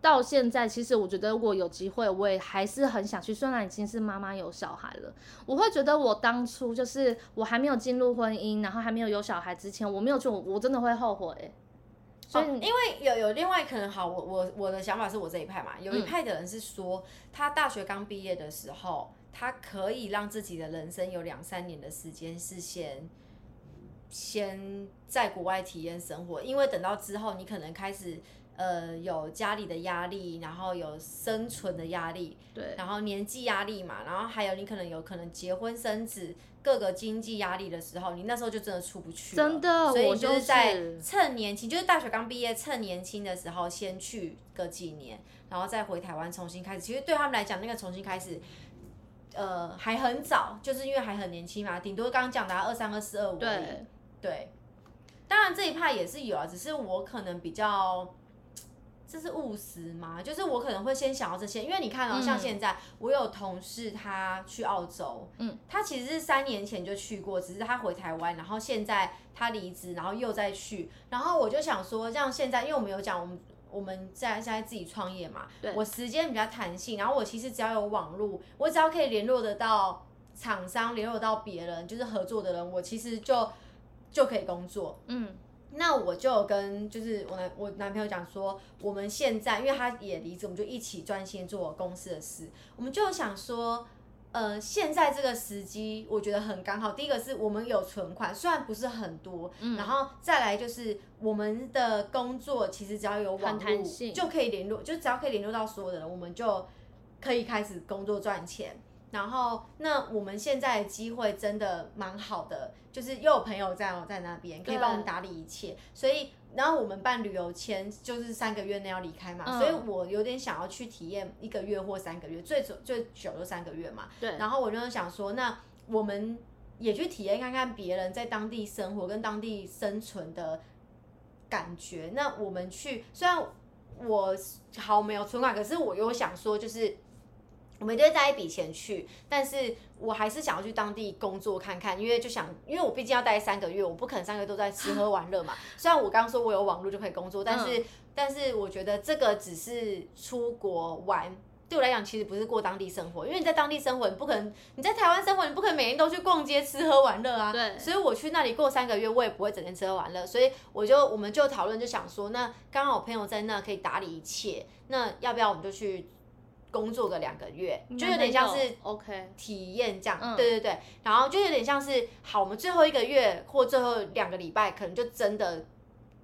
S2: 到现在，其实我觉得如果有机会，我也还是很想去。虽然已经是妈妈有小孩了，我会觉得我当初就是我还没有进入婚姻，然后还没有有小孩之前，我没有去，我我真的会后悔欸、所以
S1: 哦因
S2: 你、
S1: 为有有另外可能好，我我我的想法是我这一派嘛，有一派的人是说，他大学刚毕业的时候，他可以让自己的人生有两三年的时间是先先在国外体验生活，因为等到之后你可能开始呃有家里的压力，然后有生存的压力，
S2: 对
S1: 然后年纪压力嘛，然后还有你可能有可能结婚生子，各个经济压力的时候，你那时候就真的出不去了
S2: 真的
S1: 所以
S2: 我
S1: 你
S2: 就是是
S1: 在趁年轻，就是大学刚毕业，趁年轻的时候先去个几年，然后再回台湾重新开始。其实对他们来讲，那个重新开始。呃，还很早，就是因为还很年轻嘛，顶多刚刚讲的啊二三、二四、二五，
S2: 对，
S1: 对，当然这一派也是有啊，只是我可能比较，这是务实嘛，就是我可能会先想到这些，因为你看哦，
S2: 嗯
S1: 像现在我有同事他去澳洲，
S2: 嗯，
S1: 他其实是三年前就去过，只是他回台湾，然后现在他离职，然后又再去，然后我就想说，像现在，因为我们有讲我们。我们在现在自己创业嘛，
S2: 对
S1: 我时间比较弹性，然后我其实只要有网络，我只要可以联络得到厂商，联络到别人，就是合作的人，我其实就就可以工作。
S2: 嗯，
S1: 那我就有跟就是我男我男朋友讲说，我们现在因为他也离职，我们就一起专心做公司的事。我们就想说，呃，现在这个时机我觉得很刚好。第一个是我们有存款，虽然不是很多，
S2: 嗯
S1: 然后再来就是我们的工作其实只要有网
S2: 很弹
S1: 络
S2: 性
S1: 就可以联络，就只要可以联络到所有的人，我们就可以开始工作赚钱。然后，哦那我们现在的机会真的蛮好的，就是又有朋友在哦我在那边，可以
S2: 对
S1: 帮我们打理一切。所以，然后我们办旅游签就是三个月内要离开嘛，
S2: 嗯
S1: 所以我有点想要去体验一个月或三个月，最久最久就三个月嘛。
S2: 对，
S1: 然后我就想说，那我们也去体验看看别人在当地生活跟当地生存的感觉。那我们去，虽然我好没有存款，可是我又想说，就是我们一定会带一笔钱去，但是我还是想要去当地工作看看，因为就想，因为我毕竟要待三个月，我不可能三个月都在吃喝玩乐嘛。虽然我刚刚说我有网络就可以工作，但是、但是我觉得这个只是出国玩。对我来讲，其实不是过当地生活，因为你在当地生活，你不可能你在台湾生活，你不可能每天都去逛街、吃喝玩乐啊。
S2: 对
S1: 所以我去那里过三个月，我也不会整天吃喝玩乐。所以我就我们就讨论，就想说，那刚好我朋友在那可以打理一切，那要不要我们就去工作个两个月，就有点像是
S2: OK，
S1: 体验这样，
S2: 嗯
S1: 对对对，然后就有点像是好，我们最后一个月或最后两个礼拜，可能就真的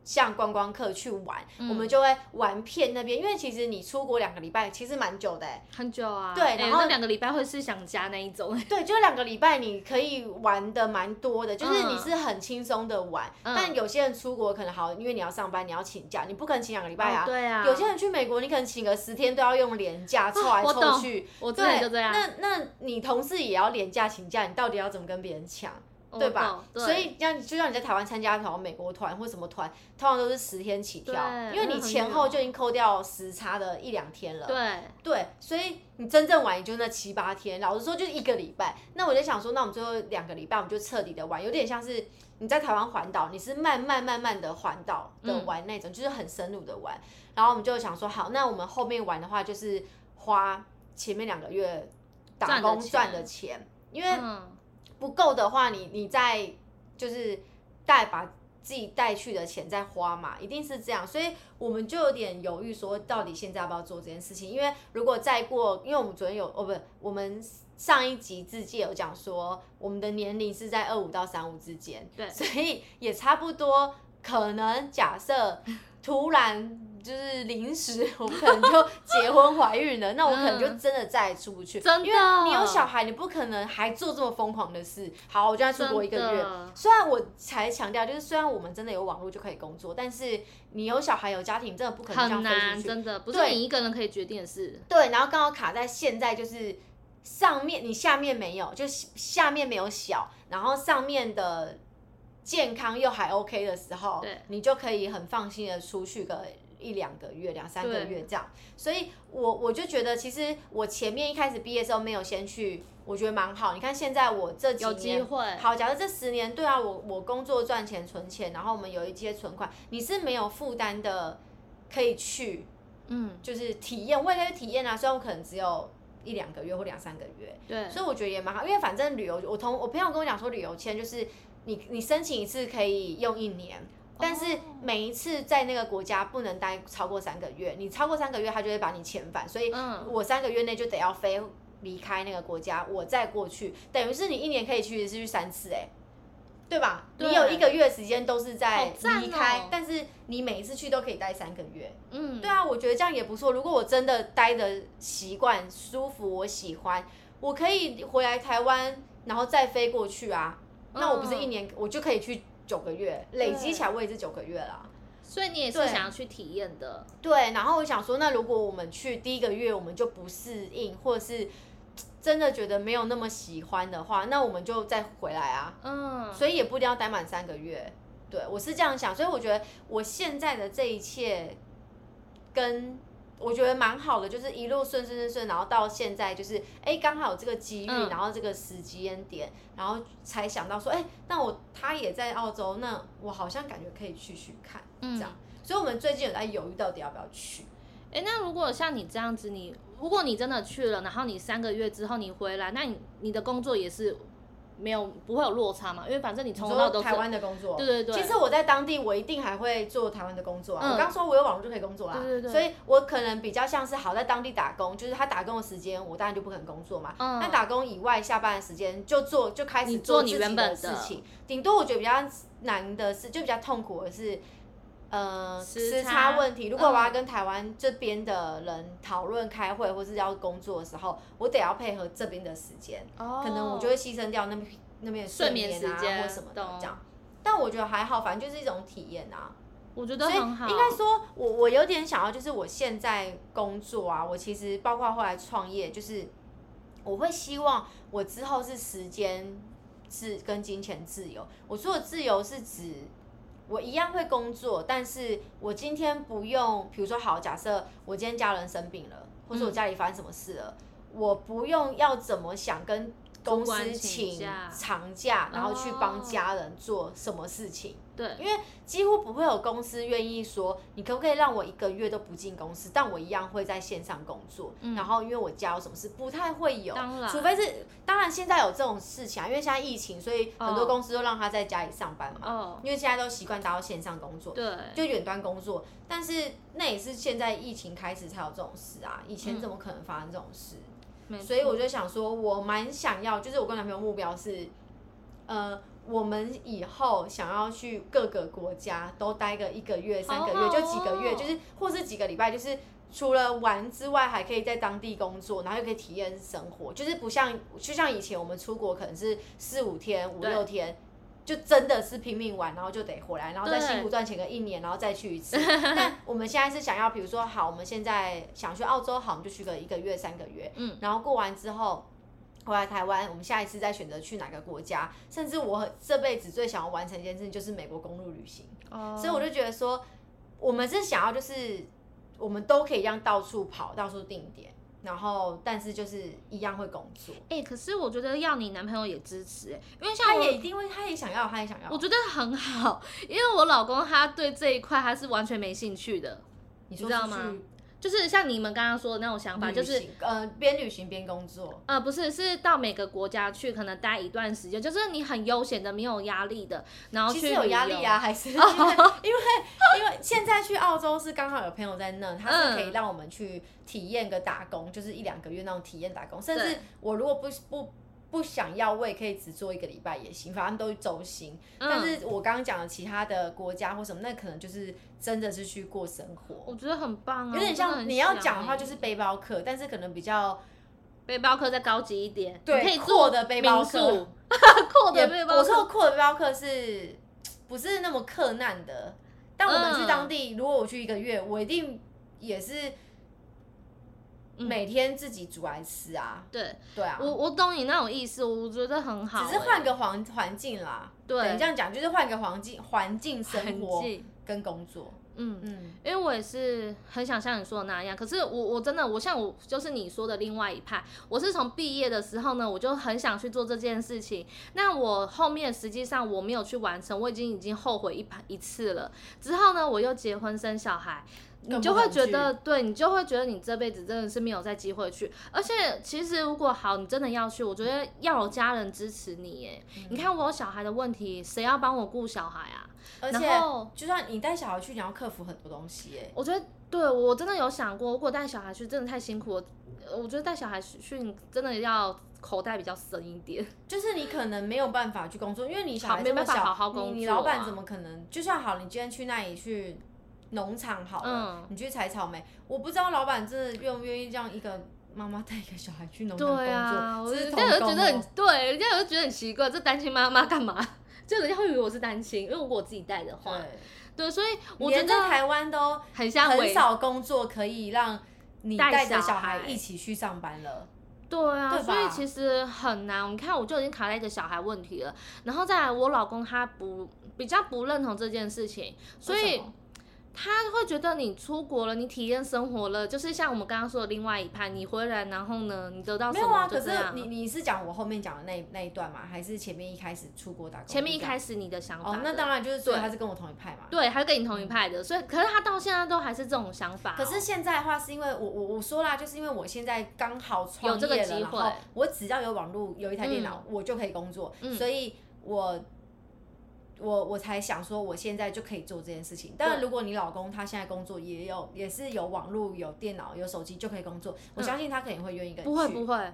S1: 像观光客去玩，
S2: 嗯
S1: 我们就会玩遍那边，因为其实你出国两个礼拜其实蛮久 的、欸，
S2: 很久啊。
S1: 对
S2: 哎
S1: 然后
S2: 那两个礼拜会是想家那一 种。
S1: 对，就两个礼拜你可以玩的蛮多的，就是
S2: 嗯
S1: 你是很轻松的玩，
S2: 嗯
S1: 但有些人出国可能好，因为你要上班，你要请假，你不可能请两个礼拜啊。
S2: 哦对啊，哦
S1: 有些人去美国，你可能请个十天都要用年假凑来
S2: 我
S1: 凑
S2: 懂
S1: 去，
S2: 我之
S1: 对，
S2: 前就这样，
S1: 那那你同事也要廉价请假，你到底要怎么跟别人抢？
S2: 我
S1: 对吧
S2: 懂？哦对
S1: 所以这样就像你在台湾参加好像美国团或什么团，通常都是十天起跳，
S2: 对
S1: 因为
S2: 那
S1: 你
S2: 很
S1: 前
S2: 久
S1: 后就已经扣掉时差的一两天了。
S2: 对，
S1: 对，所以你真正玩也就那七八天，老实说就是一个礼拜。那我就想说，那我们最后两个礼拜我们就彻底的玩，有点像是你在台湾环岛，你是慢慢慢慢的环岛的玩那种，就是很深入的玩。然后我们就想说，好，那我们后面玩的话就是花前面两个月打
S2: 赚的
S1: 工
S2: 钱
S1: 赚的钱，因为
S2: 嗯，
S1: 不够的话，你你再就是带把自己带去的钱再花嘛，一定是这样。所以我们就有点犹豫，说到底现在要不要做这件事情？因为如果再过，因为我们昨天有哦不，我们上一集自己有讲说，我们的年龄是在二五到三五之间，
S2: 对
S1: 所以也差不多。可能假设突然就是临时，我们可能就结婚怀孕了，那我可能就
S2: 嗯
S1: 真的再也出不去，
S2: 真的
S1: 因为你有小孩，你不可能还做这么疯狂的事。好，我就要出国一个
S2: 真
S1: 月。
S2: 的
S1: 虽然我才强调，就是虽然我们真的有网络就可以工作，但是你有小孩有家庭，真的不可能这
S2: 很
S1: 样飞
S2: 难，
S1: 出去。
S2: 真的不是
S1: 对
S2: 你一个人可以决定的事。
S1: 对，然后刚好卡在现在就是上面，你下面没有，就是下面没有小，然后上面的健康又还 OK 的时候
S2: 对，
S1: 你就可以很放心的出去个一两个月、两三个
S2: 对
S1: 月这样。所以我我就觉得，其实我前面一开始毕业的时候没有先去，我觉得蛮好。你看现在我这几
S2: 有机
S1: 年
S2: 会，
S1: 好，假设这十年，对啊，我我工作赚钱存钱，然后我们有一些存款，你是没有负担的，可以去
S2: 嗯，
S1: 就是体验，我也可以去体验啊。虽然我可能只有一两个月或两三个月，
S2: 对，
S1: 所以我觉得也蛮好。因为反正旅游，我同我朋友跟我讲说，旅游签就是你你申请一次可以用一年，但是
S2: 哦
S1: 每一次在那个国家不能待超过三个月，你超过三个月，他就会把你遣返。所以
S2: 嗯
S1: 我三个月内就得要飞离开那个国家，我再过去，等于是你一年可以去是去三次、欸，哎。对吧？你
S2: 对
S1: 有一个月的时间都是在
S2: 好赞
S1: 离开，
S2: 哦
S1: 但是你每一次去都可以待三个月。
S2: 嗯，
S1: 对啊，我觉得这样也不错。如果我真的待的习惯、舒服，我喜欢，我可以回来台湾，然后再飞过去啊。那我不是一年，我就可以去九个月，累积起来我也是九个月啦。
S2: 所以你也是
S1: 对
S2: 想要去体验的，
S1: 对，然后我想说，那如果我们去第一个月我们就不适应，或者是真的觉得没有那么喜欢的话，那我们就再回来啊。
S2: 嗯，
S1: 所以也不一定要待满三个月。对我是这样想，所以我觉得我现在的这一切跟。我觉得蛮好的，就是一路顺顺顺顺，然后到现在就是，哎，刚好有这个机遇，
S2: 嗯
S1: 然后这个时间点，然后才想到说，哎，那我他也在澳洲，那我好像感觉可以去去看，
S2: 嗯
S1: 这样。所以我们最近有在犹豫到底要不要去。
S2: 哎、那如果像你这样子，你如果你真的去了，然后你三个月之后你回来，那你你的工作也是没有不会有落差嘛？因为反正你从头到尾
S1: 说
S2: 都是
S1: 台湾的工作，
S2: 对对对
S1: 其实我在当地，我一定还会做台湾的工作啊。
S2: 嗯
S1: 我刚说我有网络就可以工作啦，啊
S2: 对对对
S1: 所以我可能比较像是好在当地打工，就是他打工的时间，我当然就不肯工作嘛。
S2: 嗯
S1: 那打工以外，下班的时间就做，就开始
S2: 你做
S1: 自己
S2: 你原本的
S1: 的事情。顶多我觉得比较难的是，就比较痛苦的是，呃
S3: 时
S1: 时
S3: 差
S1: 差问题，如果
S2: 嗯
S1: 我要跟台湾这边的人讨论开会或是要工作的时候，我得要配合这边的时间，
S3: 哦
S1: 可能我就会牺牲掉那边那边的
S3: 睡眠
S1: 眠啊
S3: 时间
S1: 或什么的
S3: 懂
S1: 这样。但我觉得还好，反正就是一种体验啊。
S2: 我觉得
S1: 所以
S2: 很好。
S1: 应该说，我我有点想要，就是我现在工作啊，我其实包括后来创业，就是我会希望我之后是时间自跟金钱自由。我说的自由是指我一样会工作，但是我今天不用，比如说好，假设我今天家人生病了，或者我家里发生什么事了，我不用要怎么想跟公
S3: 主
S1: 司
S3: 管请
S1: 请
S3: 假
S1: 长假，然后去帮
S2: 哦
S1: 家人做什么事情。
S2: 对，
S1: 因为几乎不会有公司愿意说，你可不可以让我一个月都不进公司，但我一样会在线上工作。
S2: 嗯
S1: 然后因为我家有什么事，不太会有，
S2: 当然
S1: 除非是当然现在有这种事情啊，因为现在疫情，所以很
S2: 哦
S1: 多公司都让他在家里上班嘛，
S2: 哦，
S1: 因为现在都习惯达到线上工作。
S2: 对，
S1: 就远端工作，但是那也是现在疫情开始才有这种事啊，以前
S2: 嗯
S1: 怎么可能发生这种事？
S2: 没
S1: 所以
S2: 错
S1: 我就想说，我蛮想要，就是我跟男朋友目标是，呃，我们以后想要去各个国家都待个一个月、三个月，
S2: 好好哦
S1: 就几个月，就是或是几个礼拜，就是除了玩之外，还可以在当地工作，然后又可以体验生活，就是不像就像以前我们出国可能是四五天、五
S2: 对
S1: 六天。就真的是拼命玩，然后就得回来，然后再
S2: 对
S1: 辛苦赚钱个一年，然后再去 一次。但我们现在是想要，比如说，好，我们现在想去澳洲，好，我们就去个一个月、三个月，
S2: 嗯
S1: 然后过完之后回来台湾，我们下一次再选择去哪个国家，甚至我这辈子最想要完成一件事情就是美国公路旅行，
S2: 哦，
S1: 所以我就觉得说，我们是想要就是我们都可以让到处跑，到处定点，然后但是就是一样会工作，
S2: 哎、可是我觉得要你男朋友也支持、哎，因为像
S1: 他
S2: 我
S1: 也一定会，他也想要，他也想要。
S2: 我觉得很好，因为我老公他对这一块他是完全没兴趣的，
S1: 你
S2: 知道吗就是像你们刚刚说的那种想法，
S1: 反正
S2: 就
S1: 就是是呃，边旅行边工作，
S2: 呃，不是，是到每个国家去，可能待一段时间，就是你很悠闲的，没有压力的，然后
S1: 其
S2: 去
S1: 实有
S2: 旅
S1: 压力
S2: 游
S1: 啊，。还是因为 因为因为现在去澳洲是刚好有朋友在那，他是可以
S2: 嗯
S1: 让我们去体验个打工，就是一两个月那种体验打工，甚
S2: 对
S1: 至我如果不不。不想要，我也可以只做一个礼拜也行，反正都是周薪。
S2: 嗯
S1: 但是我刚刚讲的其他的国家或什么，那可能就是真的是去过生活
S2: 我，觉得很棒啊，
S1: 有点
S2: 我真的
S1: 像
S2: 很
S1: 你要
S2: 想
S1: 讲的话
S2: 欸
S1: 就是背包客，但是可能比较
S2: 背包客再高级一点，
S1: 对
S2: 你可以
S1: 阔
S2: 做
S1: 的背包客
S2: 民宿 阔的背包
S1: 我
S2: 客
S1: 说阔的背包客是不是那么克难的？但我们去当地，如果我去一个月，我一定也是
S2: 嗯
S1: 每天自己煮来吃啊。
S2: 对
S1: 对啊，
S2: 我我懂你那种意思，我觉得很好欸、
S1: 只是换个环环境啦。
S2: 对
S1: 等于这样讲，就是换个环境环境生活
S2: 环境
S1: 跟工作。
S2: 欸嗯。
S1: 嗯，
S2: 因为我也是很想像你说的那样，可是我我真的我像我就是你说的另外一派，我是从毕业的时候呢，我就很想去做这件事情。那我后面实际上我没有去完成，我已经已经后悔一盘一次了。之后呢，我又结婚生小孩，你
S1: 更
S2: 就
S1: 不
S2: 会
S1: 能
S2: 觉
S1: 去
S2: 得，对你就会觉得你这辈子真的是没有再机会去。而且其实如果好，你真的要去，我觉得要有家人支持你耶。你看我有小孩的问题，谁要帮我顾小孩啊？
S1: 而且
S2: 然后
S1: 就算你带小孩去，你要克服很多东西耶、
S2: 我觉得对我真的有想过，如果带小孩去，真的太辛苦了。呃我觉得带小孩去，去你真的要口袋比较深一 点。
S1: 就是你可能没有办法去工作，因为你小孩
S2: 好没
S1: 这么
S2: 办法
S1: 小，
S2: 好好工作啊
S1: 你你老板怎么可能？就算好，你今天去那里去农场好了，
S2: 嗯
S1: 你去采草莓，我不知道老板真的愿不愿意让一个妈妈带一个小孩去农场工作，
S2: 对啊，我
S1: 这
S2: 觉得
S1: 是童
S2: 人家
S1: 工
S2: 就觉
S1: 哦
S2: 得很对，人家有就觉得很奇怪，这单亲妈妈干嘛？ 就人家会以为我是单亲，因为如果我自己带的话，
S1: 对，
S2: 对，所以我
S1: 我
S2: 觉
S1: 连在
S2: 得
S1: 台湾都
S2: 很像
S1: 很
S2: 伪
S1: 少工作可以让你
S2: 带
S1: 带着
S2: 小
S1: 小孩
S2: 孩
S1: 一起去上班了。
S2: 对啊，
S1: 对
S2: 所以
S1: 吧
S2: 其实很难。你看，我就已经卡在一个小孩问题了，然后再来，我老公他不比较不认同这件事情，所
S1: 为
S2: 以
S1: 什么
S2: 他会觉得你出国了，你体验生活了，就是像我们刚刚说的另外一派，你回来然后呢，你得到
S1: 没
S2: 什
S1: 有啊，
S2: 么
S1: 可
S2: 就是这样。
S1: 你你是讲我后面讲的那那一段吗？还是前面一开始出国打工？
S2: 前面一
S1: 始。
S2: 开始你的想法
S1: 哦
S2: 的，，
S1: 那当然就是，所以
S2: 对
S1: 他是跟我同一派嘛。
S2: 对，他跟你同一派的，所以可是他到现在都还是这种想法哦、
S1: 可是现在的话，是因为我我我说啦，就是因为我现在刚好创
S2: 有
S1: 业
S2: 这
S1: 了，
S2: 个机
S1: 然
S2: 会
S1: 后我只要有网络，有一台电脑，我就可以工作，
S2: 嗯
S1: 所以我我我才想说，我现在就可以做这件事情。当然，
S2: 对
S1: 如果你老公他现在工作也有，也是有网络、有电脑、有手机就可以工作，我相信他肯定会愿意跟你
S2: 嗯不会啊
S1: 去
S2: 不会，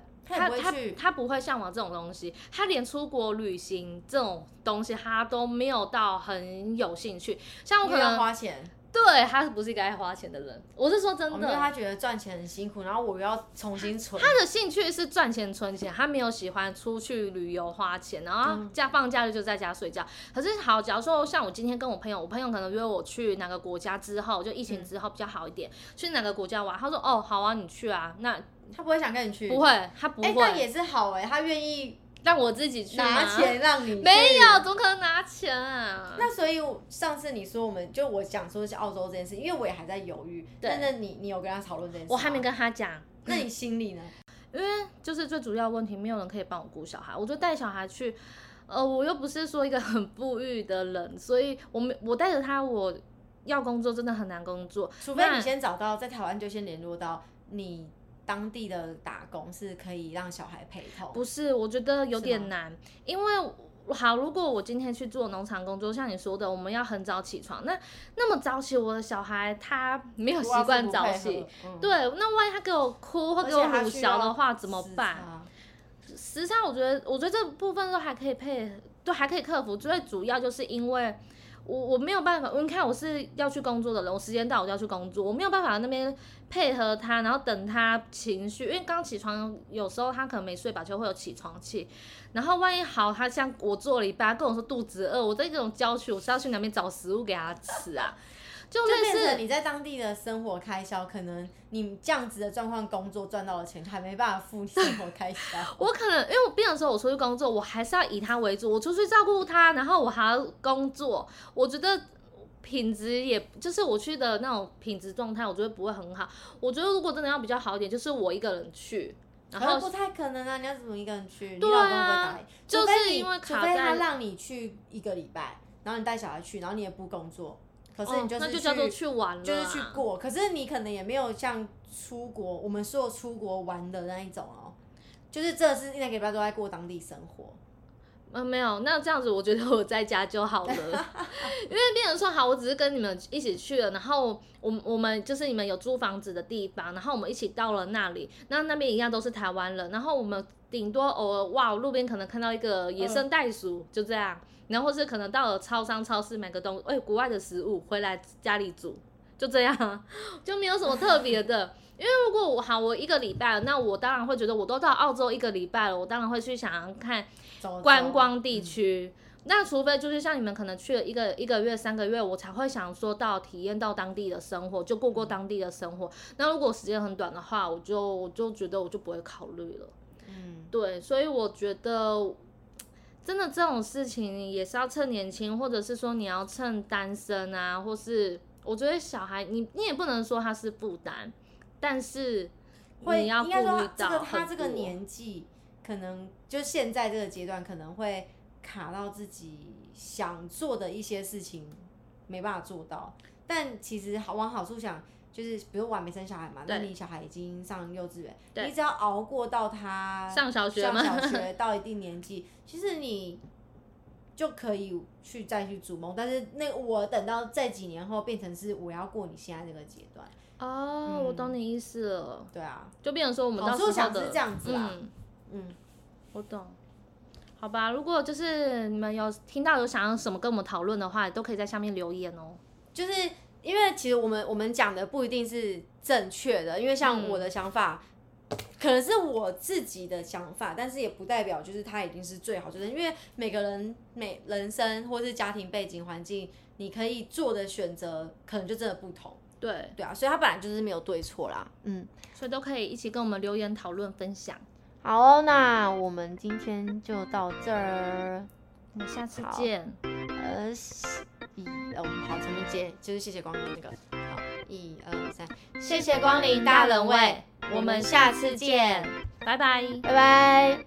S2: 他
S1: 他也不会
S2: 他
S1: 去
S2: 他不会向往这种东西，他连出国旅行这种东西他都没有到很有兴趣。像我
S1: 因
S2: 可
S1: 为要
S2: 能
S1: 花钱。
S2: 对他不是一个爱花钱的人，我是说真
S1: 我
S2: 的，
S1: 们就他觉得赚钱很辛苦，然后我要重新存。
S2: 他的兴趣是赚钱存钱，他没有喜欢出去旅游花钱，然
S1: 嗯
S2: 后假放假日就在家睡觉。可是好，假如说像我今天跟我朋友，我朋友可能约我去哪个国家之后，就疫
S1: 嗯
S2: 情之后比较好一点，去哪个国家玩，他说哦好啊，你去啊，那
S1: 他不会想跟你去，
S2: 不会，他不
S1: 哎、
S2: 会，
S1: 但也是好哎、他愿意
S2: 让我自己去吗
S1: 拿，钱让你去
S2: 没有，怎么可能拿钱啊？
S1: 那所以上次你说我们就我想说是澳洲这件事，因为我也还在犹豫。
S2: 对
S1: 但是你你有跟他讨论这件事？
S2: 我还没。跟他讲，
S1: 那你心里呢？
S2: 因为就是最主要问题，没有人可以帮我顾小孩，我就带小孩去，呃，我又不是说一个很富裕的人，所以我没我带着他，我要工作真的很难工作，
S1: 除非
S2: 那
S1: 你先找到在台湾就先联络到你当地的打工是可以让小孩陪同。
S2: 不是，我觉得有
S1: 是吗
S2: 点难，因为好，如果我今天去做农场工作，像你说的，我们要很早起床，那那么早起，我的小孩他没有习惯早起。，
S1: 嗯、
S2: 对，那万一他给我哭或
S1: 而
S2: 给
S1: 且
S2: 我
S1: 他
S2: 乳
S1: 需要
S2: 小的话怎么
S1: 时
S2: 办？
S1: 差？
S2: 时差，我觉得，我觉得这部分都还可以配，都还可以克服。最主要就是因为我我没有办法，你看我是要去工作的人，我时间到我就要去工作，我没有办法那边配合他，然后等他情绪，因为刚起床有时候他可能没睡饱就会有起床气，然后万一好他像我做了一半，他跟我说肚子饿，我在这种郊区，我是要去哪边找食物给他吃啊？就
S1: 就
S2: 类
S1: 变成
S2: 似
S1: 你在当地的生活开销，可能你这样子的状况，工作赚到的钱还没办法付生活开销。
S2: 我可能因为我变的时候，我出去工作，我还是要以他为主，我出去照顾他，然后我还要工作，我觉得。品质也就是我去的那种品质状态，我觉得不会很好。我觉得如果真的要比较好一点，就是我一个人去，然
S1: 可是
S2: 后
S1: 不太可能啊！你要怎么一个人去？你老
S2: 对
S1: 公不会
S2: 啊
S1: 打你，
S2: 就
S1: 除
S2: 是
S1: 非你
S2: 因为
S1: 除
S2: 卡
S1: 非他
S2: 在
S1: 让你去一个礼拜，然后你带小孩去，然后你也不工作，可是
S2: 哦
S1: 你就是
S2: 那
S1: 去、
S2: 就叫做去玩了啊，
S1: 就是去过，可是你可能也没有像出国，我们说出国玩的那一种哦，就是这是一两个礼拜都在过当地生活，
S2: 嗯，没有，那这样子我觉得我在家就好了，因 为变成说好，我只是跟你们一起去了，然后我们我们就是你们有租房子的地方，然后我们一起到了那里，那那边一样都是台湾人，然后我们顶多偶尔哇，路边可能看到一个野生袋鼠，就这样，然后或是可能到了超商超市买个东哎、国外的食物回来家里煮，就这样， 就没有什么特别的。因为如果我好，我一个礼拜了，那我当然会觉得我都到澳洲一个礼拜了，我当然会去想要看
S1: 走
S2: 观光地区。
S1: 嗯
S2: 那除非就是像你们可能去了一个一个月、三个月，我才会想说到体验到当地的生活，就过过当地的生活。
S1: 嗯
S2: 那如果时间很短的话，我就我就觉得我就不会考虑了。
S1: 走嗯，
S2: 对，所以我觉得真的这种事情也是要趁年轻，或者是说你要趁单身啊，或是我觉得小孩你你也不能说他是负担，但是
S1: 会
S2: 你要
S1: 应该
S2: 顾虑
S1: 说
S2: 到
S1: 这个他
S2: 很
S1: 这个
S2: 多
S1: 年纪，可能就现在这个阶段可能会卡到自己想做的一些事情没办法做到，但其实好往好处想。就是比如我还没生小孩嘛，那
S2: 对
S1: 你小孩已经上幼稚园，
S2: 对
S1: 你只要熬过到他
S2: 上小学吗？
S1: 上小 学到一定年纪，其实你就可以去再去逐梦，但是那我等到在几年后变成是我要过你现在这个阶段，
S2: 哦，我懂你意思了。
S1: 对啊，
S2: 就变成说我们
S1: 好
S2: 到时候
S1: 处想
S2: 的
S1: 是这样子啦
S2: 嗯，
S1: 嗯，
S2: 我懂。好吧，如果就是你们有听到有想要什么跟我们讨论的话，都可以在下面留言哦。
S1: 就是因为其实我们我们讲的不一定是正确的，因为像
S2: 嗯
S1: 我的想法。可能是我自己的想法，但是也不代表就是它已经是最好，就是因为每个人每人生或是家庭背景环境，你可以做的选择可能就真的不同，
S2: 对，
S1: 对啊，所以它本来就是没有对错啦，嗯。
S2: 所以都可以一起跟我们留言讨论分享。
S1: 好哦、那我们今天就到这儿。
S2: 我们下次
S1: 好
S2: 见，
S1: 呃，一，呃，我们好，重新接，就是谢谢光临那个。好，一二三，谢谢光临大人味，我们下次见，
S2: 拜拜。
S1: 拜拜。